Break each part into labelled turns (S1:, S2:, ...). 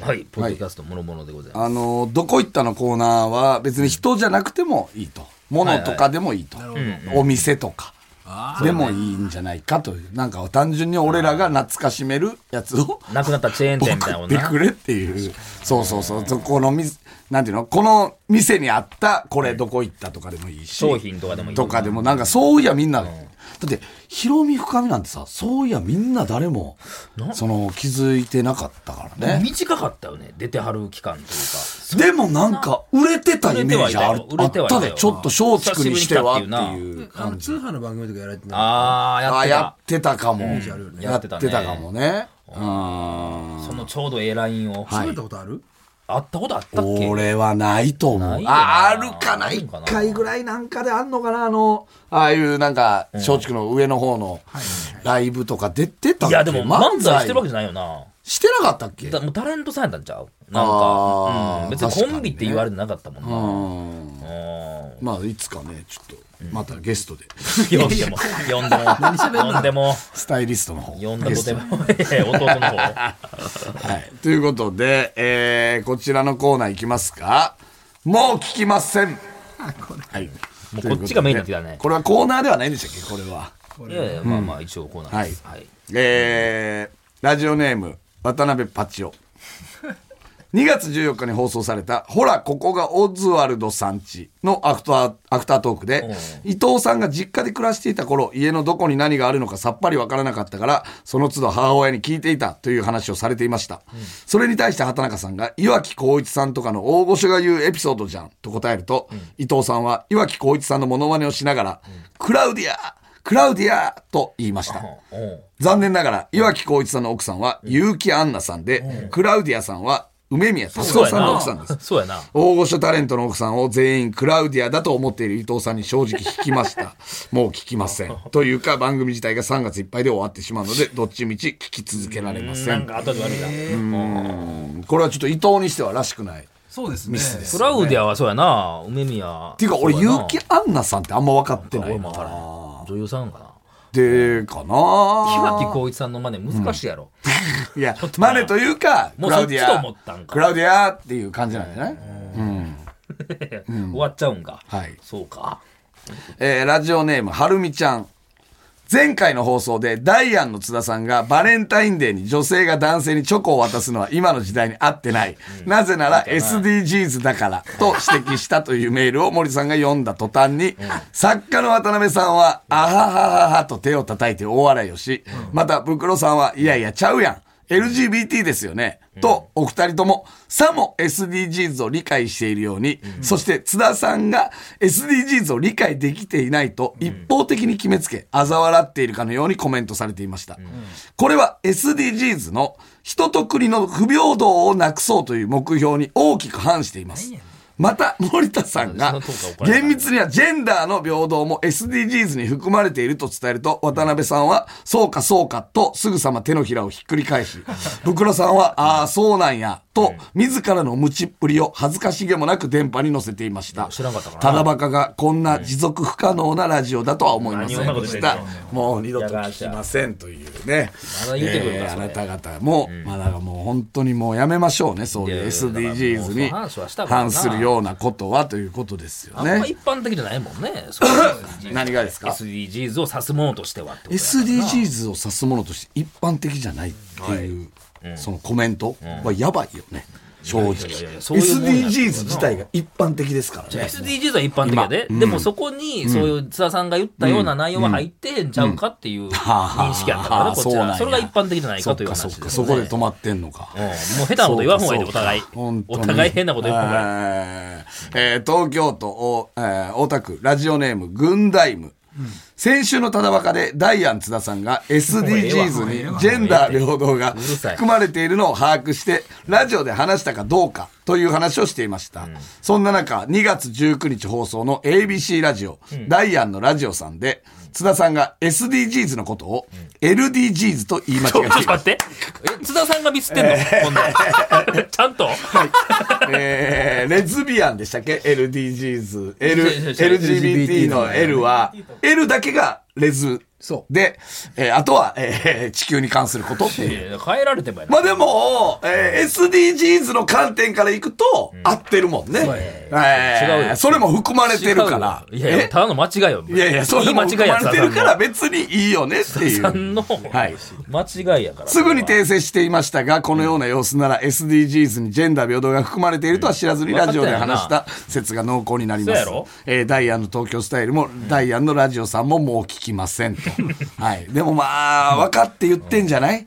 S1: はい、ポッドキャストもろもろでございます。
S2: あの、どこ行ったのコーナーは別に人じゃなくてもいいと。物とかでもいいと。お店とか。でもいいんじゃないかという。なんか単純に俺らが懐かしめるやつ を。
S1: なくなったチェーン店みたいなも
S2: 送っ
S1: ん
S2: て
S1: な。
S2: くれっていう。そうそうそう。そこのみ、なんていうのこの店にあった、これどこ行ったとかでもいいし。
S1: 商品とかでもいい
S2: とかでも、なんかそういやみんな、だって、広み深みなんてさ、そういやみんな誰も、その気づいてなかったからね。
S1: 短かったよね、出てはる期間というか。
S2: でもなんか、売れてたイメージある
S1: 売
S2: あ
S1: れ
S2: って
S1: はいた
S2: た
S1: よ
S2: で、ちょっと松竹にしてはって
S1: 久しぶり
S2: いう
S3: あの
S2: 感じ。
S3: 通販の番組とかやられてな
S1: あ
S2: あや
S1: あ、や
S2: っ
S1: って
S2: たかも。や
S1: や
S2: っ
S1: っ
S2: て
S1: てたね
S2: たかもね。うん
S1: た。そのちょうどええラインを。
S3: い
S2: はい
S3: 食べたことある
S1: あったことあったっけ
S2: 俺はないと思
S1: な
S2: う
S1: い。よな
S2: あ、あるかな
S1: ある
S2: 一
S1: んかな
S2: 回ぐらいなんかであんのかなあの、ああいうなんか、松竹の上の方のライブとか出てたっ
S1: い
S2: け
S1: や、でも漫才してるわ
S2: じ
S1: けじゃないよな。
S2: ゃしてなかったっけ
S1: だもうタレントさんやったんちゃうなん
S2: あー
S1: か、うん別にコンビって言われてなかったもんな。
S2: うん。
S1: うん
S2: まあ、いつかね、ちょっと、またゲストで、
S1: 呼んでも、呼んでも、呼んでも、
S2: スタイリストの方。
S1: 呼ん
S2: ゲ
S1: だと
S2: スト
S1: ても、いやいや弟の方。
S2: はい。ということで、えー、こちらのコーナーいきますか。もう聞きません。はい。
S1: もう
S2: というとで
S1: こっちがメインになってきたね
S2: これはコーナーではないんでした っけこれは。
S1: いやいや、まあまあ、一応こうなんです。
S2: は
S1: はいい。
S2: えー、ラジオネーム、渡辺パチオ。2月14日に放送された、ほら、ここがオズワルドさんちのアフター、アフタートークで、伊藤さんが実家で暮らしていた頃、家のどこに何があるのかさっぱりわからなかったから、その都度母親に聞いていたという話をされていました。それに対して畑中さんが、岩城光一さんとかの大御所が言うエピソードじゃんと答えると、伊藤さんは岩城光一さんのモノマネをしながら、クラウディアクラウディアと言いました。
S1: うん
S2: 残念ながら、岩城光一さんの奥さんは、結城アンナさんで、クラウディアさんは、梅宮達夫さんの奥さんです。
S1: そうやな。
S2: 大御所タレントの奥さんを全員クラウディアだと思っている伊藤さんに正直聞きました。 もう聞きません。というか、番組自体が3月いっぱいで終わってしまうの で、どっちみち聞き続けられませ
S1: なん
S2: ん。
S1: か後で悪いな。
S2: これはちょっと伊藤にしてはらしくない。っ
S3: そうですねミスです
S1: クラウディアはそうやな、梅宮。って
S2: いうか、俺、結城アンナさんってあんま分かってない
S1: 俺
S2: な。
S1: もわからん。女優さんかな。
S2: で、か
S1: 岩城
S2: な
S1: 光一さんの真似難しいやろ。
S2: いや、マネというか、
S1: も
S2: ク
S1: う
S2: ラ
S1: そ
S2: ウ
S1: っ
S2: ディ
S1: ちと
S2: ア
S1: 思ったん、か
S2: クラウディアっていう感じなんじゃない
S1: 終わっちゃうんか。
S2: はい
S1: そうか。
S2: えーラジオネーム、はるみちゃん。前回の放送でダイアンの津田さんがバレンタインデーに女性が男性にチョコを渡すのは今の時代に合ってない。なぜなら SDGs だからと指摘したというメールを森さんが読んだ途端に、作家の渡辺さんは、あははははと手を叩いて大笑いをし、またブクロさんは、いやいやちゃうやん。LGBT ですよね。と、お二人とも、さも SDGs を理解しているように、そして津田さんが SDGs を理解できていないと一方的に決めつけ、嘲笑っているかのようにコメントされていました。これは SDGs の人と国の不平等をなくそうという目標に大きく反しています。また、森田さんが
S1: その通りか、怒られた
S2: 厳密にはジェンダーの平等も SDGs に含まれていると伝えると、渡辺さんは、そうかそうかと、すぐさま手のひらをひっくり返 し、ブクロさんは、ああ、そうなんや、と、自らの無知っぷりを恥ずかしげもなく電波に乗せていました。
S1: 知らんかったかな
S2: ただバカがこんな持続不可能なラジオだとは思いません
S1: 何をそんなこと
S2: で
S1: 言
S2: し
S1: ってん
S2: た
S1: の。
S2: もう二度と聞きませんというね。
S1: まだ言うてくるか
S2: えーあ
S1: そ
S2: な
S1: れ
S2: た方も、まあだからもう本当にもうやめましょうね、そう
S1: い
S2: い
S1: や
S2: う
S1: いやだからもう
S2: SDGs に
S1: その話はしたからな
S2: 反するようなことはということですよ
S1: あんま
S2: ね。
S1: 一般的じゃないもんね。そう いう
S2: 何がですか
S1: SDGs を指すものとしてはってことやからな
S2: SDGs を指すものとして一般的じゃないっていう、そのコメントはやばいよね、正直
S1: いやいやいやいやそういうもんやからな
S2: SDGs 自体が一般的ですからね
S1: SDGs は一般的やで、でもそこに、そういう津田さんが言ったような内容は入ってへんちゃうかっていう認識やったから
S2: あ
S1: ね、
S2: ー
S1: こっち
S2: そうなん
S1: は。
S2: や
S1: それが一般的じゃない
S2: そ
S1: か
S2: っ
S1: という
S2: か
S1: 話
S2: そっ
S1: ですよ
S2: か
S1: ね
S2: そこで止まってんのか
S1: うんもう下手なこと言わんほうがいいで、お互い。
S2: 本当
S1: お
S2: に
S1: 互い変なこと言わんほうがいい。
S2: えーえー東京都お、えー大田区ラジオネーム軍大ム、先週のただバカでダイアン津田さんが SDGs にジェンダー平等が
S1: うるさい
S2: 含まれているのを把握してラジオで話したかどうかという話をしていました、そんな中2月19日放送の ABC ラジオ、ダイアンのラジオさんで津田さんが SDGs のことを LDGs と言い間違
S1: ちょ
S2: え
S1: ちょ
S2: て
S1: っ
S2: います
S1: と待って。え津田さんがミスってんのこ んなんちゃんと
S2: えーレズビアンでしたっけ ?LDGs。L、
S1: そうそうそう
S2: LGBT の L は、L だけがレズ
S3: そう
S2: で、えーあとは、えー地球に関することって
S1: い
S2: いう。
S1: やいや変えられてばやな
S2: まあでも、えー SDGs の観点からいくと、合ってるもんね。
S3: そうや
S2: えー
S1: 違うよ
S2: それも含まれてるから。
S1: 違うよいやいや、
S2: え
S1: ただの間違いよ。
S2: いやいや、それも
S1: いい
S2: 含
S1: 間違いや
S2: まれてるから別にいいよねってい
S1: さ
S2: う。
S1: んの
S2: はい
S1: 間違いやから。
S2: すぐに訂正していましたが、このような様子なら SDGs にジェンダー平等が含まれているとは知らずにラジオで話した説が濃厚になります
S1: そうやろ。
S2: えーダイアンの東京スタイルも、ダイアンのラジオさんももう聞きま せんと。はい。でもまあ、分かって言ってんじゃない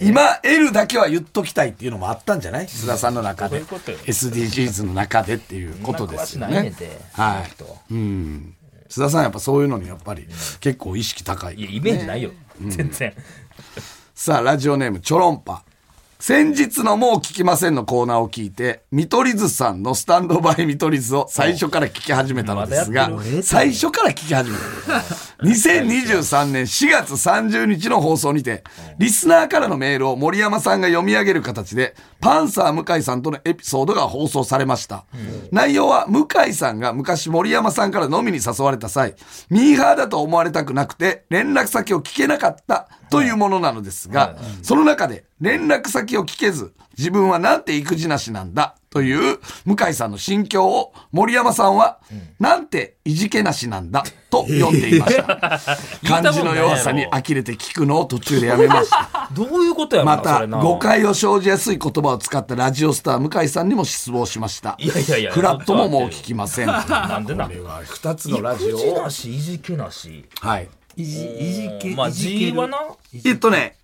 S2: 今、L だけは言っときたいっていうのもあったんじゃない須田さんの中
S1: そう
S2: で
S1: いうことよ。
S2: SDGs の中でっていうことですよ
S1: そんな詳しないね
S2: ね
S1: んて。
S2: は
S1: その人
S2: い。うん。須田さんやっぱそういうのにやっぱり結構意識高い。
S1: いや、イメージないよ。全然。
S2: さあ、ラジオネーム、チョロンパ。先日のもう聞きませんのコーナーを聞いて、見取り図さんのスタンドバイ見取り図を最初から聞き始めたのですが
S1: まだやって、
S2: 最初から聞き始めた。2023年4月30日の放送にて、リスナーからのメールを森山さんが読み上げる形で、パンサー向井さんとのエピソードが放送されました。内容は、向井さんが昔森山さんから飲みに誘われた際、ミーハーだと思われたくなくて、連絡先を聞けなかったというものなのですが、その中で、連絡先を聞けず、自分はなんて育児なしなんだという向井さんの心境を森山さんは、なんていじけなしなんだと読んでいました。漢字の弱さに呆れて聞くのを途中でやめました。
S1: どういうことやろな
S2: また、
S1: それな
S2: 誤解を生じやすい言葉を使ったラジオスター向井さんにも失望しました。
S1: いやいやいや
S2: フラットももう聞きません。は
S1: なんでな。
S3: これは2つのラジオ
S1: いじ
S3: を
S1: なし、いじけなし。
S2: い。
S3: いじいじけ
S1: まあ、
S3: いじけ
S1: G
S3: る
S1: はな。
S2: えっとね、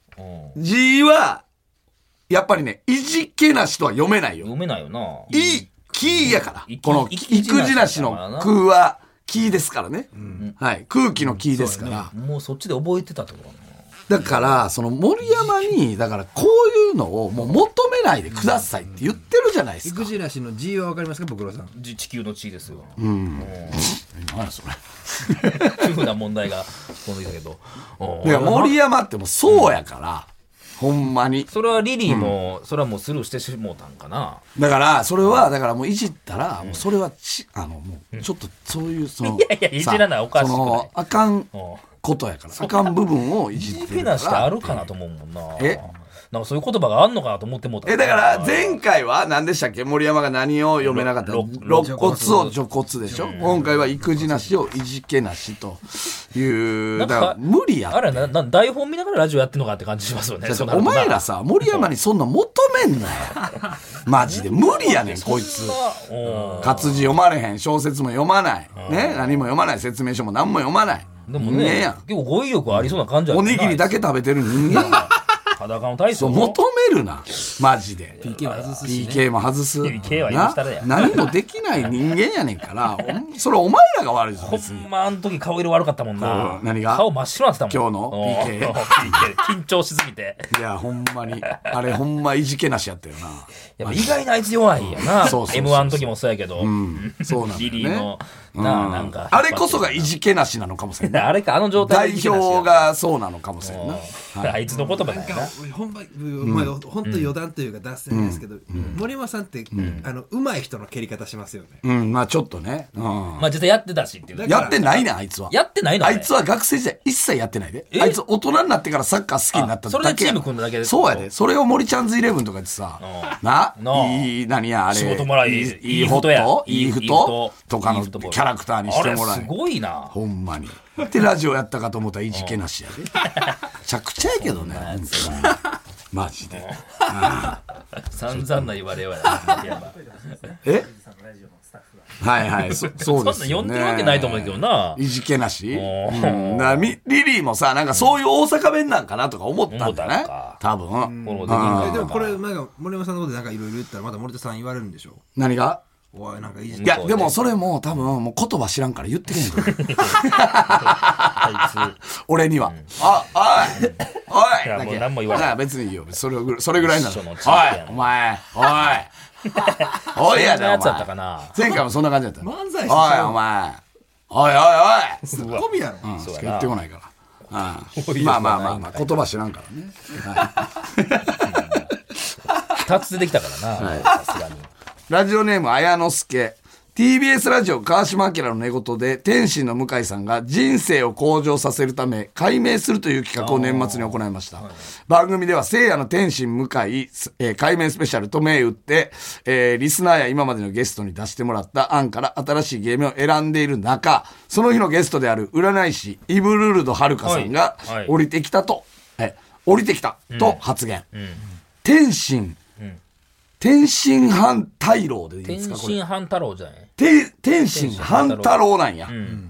S2: G は、やっぱりね、いじけなしとは読めないよ。
S1: 読めないよな。
S2: いい、キーやから
S1: い。
S2: この、
S1: い
S2: 育児なしの空は、キーですからね。はい。空気のキーですから。
S1: もうそっちで覚えてたってことかな。
S2: だから、その森山に、だからこういうのをもう求めないでくださいって言ってるじゃないですか。
S3: 育児なしの G はわかりますか僕らさん
S1: じ地球の地位ですよ。
S2: 何やそれ
S1: いうふうな問題が飛んできたけど。おう
S2: だから森山ってもうそうやから、ほんまに。
S1: それはリリーも、それはもうスルーしてしもうたんかな。
S2: だから、それは、だからもういじったら、もうそれはち、あの、もう、ちょっとそういう、その、
S1: いやいやいじらない
S2: さ
S1: おかしくない
S2: その、あかん
S1: おう
S2: ことやから、あかん部分をい
S1: い
S2: じっ
S1: じ
S2: てる
S1: け
S2: か
S1: なしってあ
S2: ら。
S1: るかなと思うもんな。
S2: え
S1: なんかそういう言葉があんのかなと思ってもうた。
S2: え、だから、前回は何でしたっけ森山が何を読めなかった
S1: ろ
S2: 肋骨を除骨でしょ今回は育児なしをいじけなしという、
S1: な
S2: だ
S1: ん
S2: から
S1: か
S2: 無理や
S1: あれな、な台本見ながらラジオやってんのかって感じしますよね。
S2: じ
S1: そ
S2: ゃ
S1: うな
S2: あお
S1: るとな
S2: 前ら、さ、森山にそんな求めんなよ。 マジで。無理やねん、こいつ。
S1: おう
S2: 活字読まれへん、小説も読まない。ね、何も読まない、説明書も何も読まない。
S1: でも
S2: 人間
S1: ね
S2: や、ん。
S1: 結構語彙力ありそうな感じは
S2: おにぎりだ
S1: け。
S2: け食べてる人間やん。
S1: 裸の体
S2: そ
S1: 操
S2: う、
S1: も。
S2: 求めるな。マジで。
S3: PK は外すし、ね、
S2: PK も外す。
S1: PK は許
S2: な
S1: したれや
S2: 何もできない人間やねんから、おそれお前らが悪いぞ、
S1: ほ
S2: 別に。
S1: んまあの時顔色悪かったもんな。
S2: うん何が
S1: 顔真っ白になってたもん。
S2: 今日の
S1: おう
S2: PK
S1: おう PK 緊張しすぎて。
S2: いや、ほんまに。あれ、ほんまいじけなしやったよな。
S1: やっぱ意外なあいつ弱いんやな。
S2: そうそうそう
S1: M1 の時もそうやけど。
S2: そうなんだ
S1: リ
S2: よ
S1: リー
S2: ね
S1: の。、なあ、なんか。
S2: あれこそがいじけなしなのかもしれ
S1: い
S2: ん ない。
S1: やあれか、あの状態
S2: 代
S1: がいじけなしや
S2: 表。がそうなのかもしれんな。
S1: うんあいつの言葉だよな。
S3: ほんま、まあ、ほんと余談というか脱線ですけど、森山さんって、あの、うまい人の蹴り方しますよね。
S2: うん、まあちょっとね。うん。
S1: まあ実際やってたしっていう。
S2: やってないな、あいつは。
S1: やってないの
S2: あ
S1: れ
S2: いつは学生時代一切やってないで。
S1: え
S2: あいつ大人になってからサッカー好きになっただけや
S1: あそれでチーム組んだだけで
S2: そうやで。それを森ちゃんズイレブンとかでさ
S1: う、
S2: な
S1: なあ、
S2: いい、何や、あれ。
S1: 仕事もらい
S2: いい、い
S1: いい
S2: いホ
S1: こ
S2: ッ
S1: とや
S2: トいい
S1: いい
S2: フ
S1: フ
S2: ッ
S1: ッ
S2: ト
S1: ト
S2: とか
S1: いい
S2: の
S1: フ
S2: キ
S1: ットボール
S2: ャラクターにし
S1: あ
S2: て
S1: れ
S2: もら
S1: す
S2: え。
S1: ごいな。
S2: ほんまに。で、ラジオやったかと思ったらいじけなしや で。めちゃくちゃやけどね。マジで。
S1: 散々な言われは や。
S2: えはいはい、そそうですよね。
S1: そんな呼んでるわけないと思うけどな。
S2: いじけなし、
S1: お
S2: うん、なみリリーもさなんかそういう大阪弁なんかなとか思ったんだ
S1: 思った
S2: ね
S1: のか
S2: 多分、
S1: フォロー
S2: あー
S1: できん
S3: で
S1: の
S3: も
S1: か
S3: これ、なんか、森山さんのことでなんかいろいろ言ったら、まだ森田さん言われるんでしょ
S2: 何が
S3: おい、なんかいじ
S2: い
S3: け。
S2: やでもそれも多分もう言葉知らんから言ってけへんから
S1: あい
S2: 俺には、あおいおい
S1: いや
S2: だけ
S1: もう何も言わない
S2: や別にいいよそれぐそれぐらいなの
S1: 一緒の
S2: おい
S1: 地域や
S2: お前お いおい
S1: つ。
S2: や
S1: そん
S2: で
S1: な
S2: お
S1: やつだったか
S2: 前
S1: な。
S2: 前回もそんな感じだった
S3: 漫才師ち
S2: おい
S3: ゃう
S2: お前おいおいおい
S3: ツッコミやろ。
S2: うん
S1: そう
S2: しか
S1: やな
S2: 言ってこないから。ああ
S1: 多いよ
S2: まあまあまあ
S1: そん
S2: ま
S1: な
S2: あ、言葉知らんからね。
S1: 二つ出てきたからな。さすがに。
S2: ラジオネーム、綾之助。 TBS ラジオ川島明の寝言で天心の向井さんが人生を向上させるため解明するという企画を年末に行いました、番組では聖夜の天心向井、えー、解明スペシャルと銘打って、えーリスナーや今までのゲストに出してもらった案から新しいゲームを選んでいる中その日のゲストである占い師イブルルドはるかさんが
S1: はいはい
S2: 降りてきたと、え降りてきたと発言、天心、天心反対郎でいいで
S1: 天
S2: すかこれ
S1: 心半太郎じゃない
S2: て天心半太郎なんや。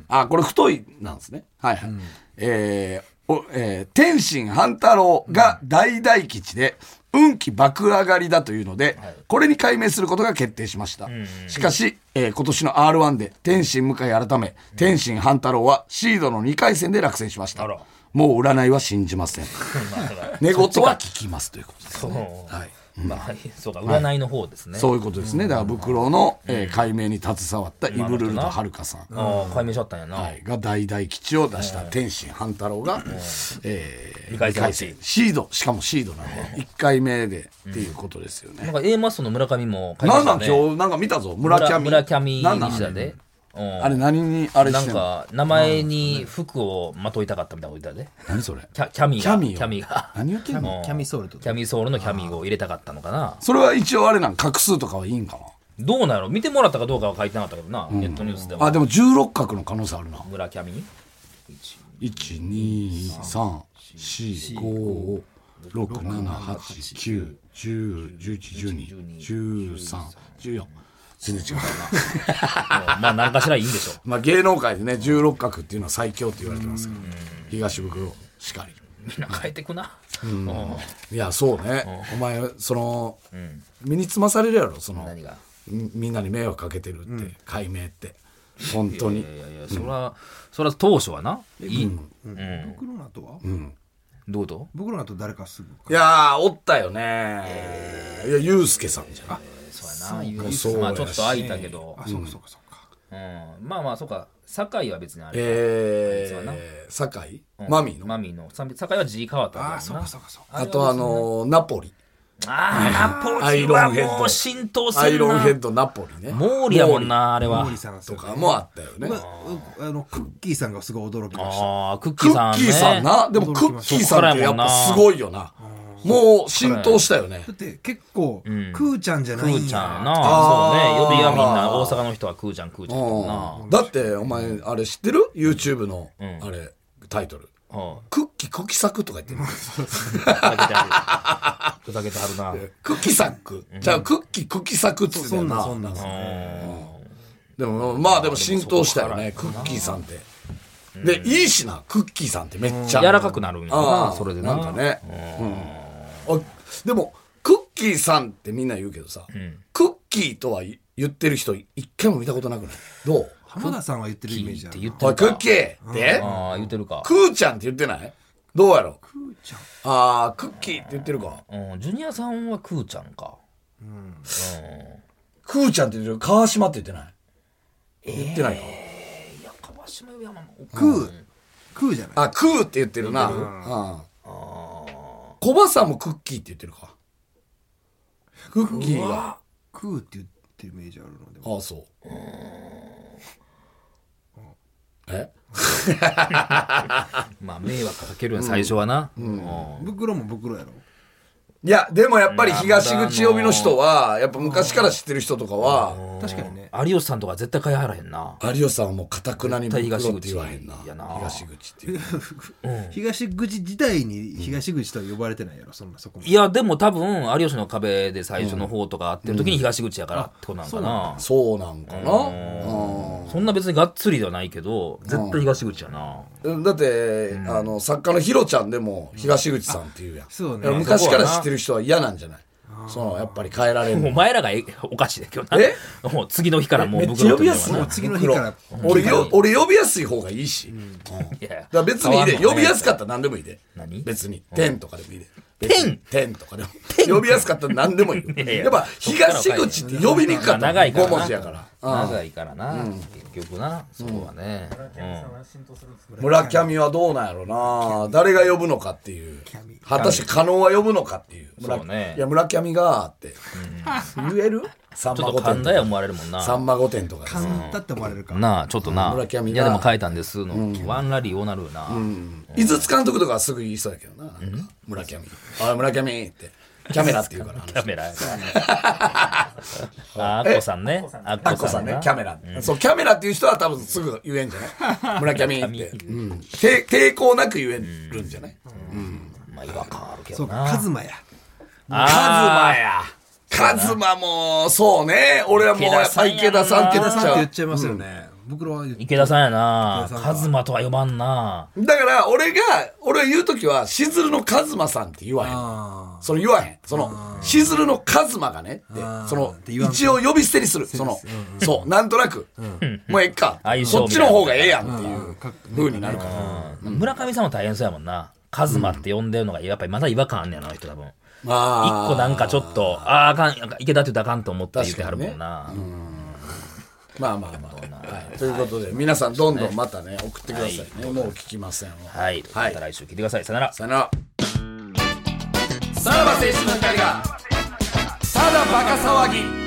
S2: あ、これ太いなんですね。はいはい。えーおえー天心半太郎が大大吉で、運気爆上がりだというので、これに改名することが決定しました。しかし、えー今年の R1 で天心向井改め、天心半太郎はシードの2回戦で落選しました
S1: あら。
S2: もう占いは信じません。
S1: まあだから
S2: 寝言は聞きますということです
S1: そ
S2: ね。
S1: の
S2: はい。
S1: まあそうか占いの方ですね
S2: そういうことですね。だから、袋の、えー解明に携わったイブルルドはるかさん。
S1: ああ解明しちゃったんやな
S2: はい、が大々吉を出した天心半太郎が、えー、
S1: 二回戦
S2: 二シードしかもシードなんで1回目でっていうことですよ
S1: な
S2: ね
S1: ん、か A マストの村上も解明
S2: なんな
S1: した
S2: ん
S1: ね
S2: 今日なんか見たぞ村キャミ
S1: 村キャミ
S2: なんなん
S1: 西田でうん
S2: あれ何にあれ
S1: な
S2: し
S1: ん
S2: てんの
S1: か名前に服をまといたかったみたいなこと言ってたで
S2: 何それ
S1: キャキャミが
S2: キャミよ
S1: キャミが
S2: 何言ってんの
S1: うん
S3: キャミソールってこと
S1: キャミソールのキャミを入れたかったのかな
S2: それは一応あれなん画数とかはいいんか
S1: どうなの見てもらったかどうかは書いてなかったけどなネットニュースで
S2: なあ
S1: は
S2: でも16画の可能性あるな
S1: 村キャミ
S2: 123456789101112131415 14全然違うな
S1: うんまあ何かしらいいんでしょう
S2: まあ、芸能界でね16角っていうのは最強って言われてますけど、東袋しかり
S1: みんな変えてくなうん
S2: いやそうね、お前その、身につまされるやろその
S1: 何が
S2: みみんなに迷惑かけてるって、解明って本当に
S1: いやいやそらそら当初はないい
S3: 僕の後は、
S1: どうと
S3: 僕の後誰かすぐ
S2: いやーおったよねいやユースケさんじゃん
S1: そうやな
S2: そう
S1: まあちょっと空いたけど
S3: あそうかそうかそうか、
S1: うんまあまあそうか酒井は別にあれ
S2: えー、酒井、マミーの、
S1: マミーの酒井は G 変わったから
S3: あ
S1: な
S3: そうかそうかそうか
S2: あとあのーナポリ
S1: ああ、ナポ
S2: ア
S1: リ
S2: イロ
S1: は
S2: ンヘッド
S1: もう浸透
S2: ア
S1: す
S2: イ
S1: る
S2: ロンヘ
S1: な
S2: ッ。ドナポリね
S1: モーリやもんな、あれは
S3: モーリ。ーさんです
S2: と
S3: よね
S2: かもあったよね
S3: 僕はうあのクッキーさんがすごい驚きました
S1: ああ、クッ
S2: ク
S1: キーさん
S2: ッ
S1: ね。
S2: キーさんな、でもクッキーさんってやっぱすごいよな。もう浸透したよね。
S3: だって結構、クーちゃんじゃ
S1: ク
S3: ないんや
S1: ーちゃんやな。そう
S2: あー
S1: ね。呼びはみんな、大阪の人はクーちゃん、クーちゃんやもんな。
S2: だってお前あれ知ってる ?YouTube のあれタイトル。
S1: うん。
S2: クッキーコキサクとか言ってる。
S1: ふざけてはる。ふざけてはる な。
S2: クッキサク。じゃあクッキーコキサクっつってた
S3: そ
S2: よ
S3: んな
S2: なん
S3: そ。んなん
S2: でもまあでも浸透したよね、クッキーさんって。で、いいしな、クッキーさんってめっちゃ。
S1: 柔らかくなるんや
S2: あ
S1: な、
S2: あ
S1: それで
S2: な
S1: な。
S2: んかね、うんあでもクッキーさんってみんな言うけどさ、クッキーとは言ってる人一回も見たことなくないどう
S3: 浜田さんは言ってるイメージ
S1: っ
S3: あ
S1: て
S3: る
S1: 言っ
S3: な
S1: て
S2: おい
S1: る
S2: クッ
S1: か。
S2: キーって、
S1: ああ、言ってるか
S2: ク。ーちゃんって言ってないどうやろ
S3: クーちゃん
S2: ああクッキーって言ってるか
S1: うん、ジュニアさんはクーちゃんか。
S2: クーちゃんって言ってる川島って言ってない言ってないか、
S1: いや、川島よ山も。
S3: クークーじゃない
S2: あクーって言ってるな、うん小バさんもクッキーって言ってるかクッキーが
S3: クーって言ってるイメージあるので
S2: ああそうえ
S1: まあ、迷惑かけるやん、最初はな。うん
S3: 袋も袋やろ
S2: いやでもやっぱり東口呼びの人はやっぱ昔から知ってる人とかは
S3: 確かにね
S1: 有吉さんとか絶対買いはらへんな。
S2: 有吉さんはもうかたくなに袋って言わへんな
S1: 絶対
S2: 東
S1: 東口やな
S2: 口っていう
S3: 東口自体に東口とは呼ばれてないやろそんなそこも
S1: いや、でも多分、有吉の壁で最初の方とか会ってる時に東口やからってことなんかな。
S2: そうなんかな
S1: そんな別にがっつりではないけど、絶対東口やな。
S2: うんだってあの作家のヒロちゃんでも東口さんっていうやん
S3: そうね
S2: だから昔から知ってる人は嫌なんじゃないそのやっぱり変えられる
S1: もう
S2: の
S1: お前らがえおかしいだけどな
S2: え。
S1: もう次の日からも
S2: め
S1: う
S2: っちゃ呼びやすい
S1: 袋
S2: な
S3: もう次の日から
S2: 袋俺よ俺呼びやすい方がいいしうん
S1: 取ってんのや
S2: だから別にいいで、呼びやす
S1: か
S2: かったら何でもいいで。
S1: 何
S2: 別に。天とかでもいいで。
S1: 天
S2: 天とかでも。呼びやすかったら何でもいいよ。
S1: いやいや
S2: やっぱ東口って呼びにくかった。
S1: 長いからな
S2: 5文字やから。
S1: 長いからな、結局なそこはね、うん
S2: 村キャミはどうなんやろうな誰が呼ぶのかっていう果たして可能は呼ぶのかっていう村
S1: そうね
S2: いや村キャミがって言えるさん
S1: ちょ
S2: ま
S1: っと
S2: 御
S1: 噛んだや
S2: 殿
S1: 思われるもんな
S2: さんま御殿とかです
S3: 勘だって思われるから。
S1: なあちょっとな、
S2: 村上が
S1: いやでも書いたんですの、ワンラリーをなるよな、
S2: 井筒監督とかはすぐ言いそうやけどななんか村キャミあ村キャミってキャメラって言うから
S1: キャメ ラやからああっこさんねあっ
S2: あっ
S1: こ
S2: こ
S1: さ
S2: さ
S1: ん
S2: ん
S1: ね
S2: ねキャメラそうキャメラっていう人は多分すぐ言えんじゃない村キャミってうん抵抵抗なく言えるんじゃない
S1: まあ違和感あるけど
S3: そう
S1: な
S3: か、カズマや。
S2: カズマ
S1: あ
S2: や。カズマも、そうね。俺はもうやっぱ池田さんって言
S3: 池
S2: っ
S3: 田
S2: ち
S3: さんって
S2: ゃ
S3: 言っ
S2: う。
S3: ちゃいますよね。僕らは言っ
S1: ー池田さんやな
S3: 池田さん
S1: カ
S3: か
S1: ズマとは呼ばんな
S2: だから、俺が、俺が言うときは、しずるのカズマさんって言わへん。
S3: あ
S2: その言わへん。その、しずるのカズマがねって
S3: あ、ー
S2: その
S3: っ、て言わんと
S2: 一応呼び捨てにする。その、そう、なんとなく。もうええか。
S1: 相性
S2: そっちの方がええやんっていう風になるから。
S1: うん村上さんも大変そうやもんなカズマって呼んでるのがやっぱりまだ違和感あんねやなあの人多分
S2: ま
S1: 一個なんかちょっとあああかん池田って言うとあかんと思って言ってはるもんな、
S2: まあまあまあ。はいということで、皆さんどんどんまたね、送ってくださいね。もう聞きませんわ。
S1: はいまた来週聞いてくださいさよなら
S2: さよならさらば青春の光がただバカ騒ぎ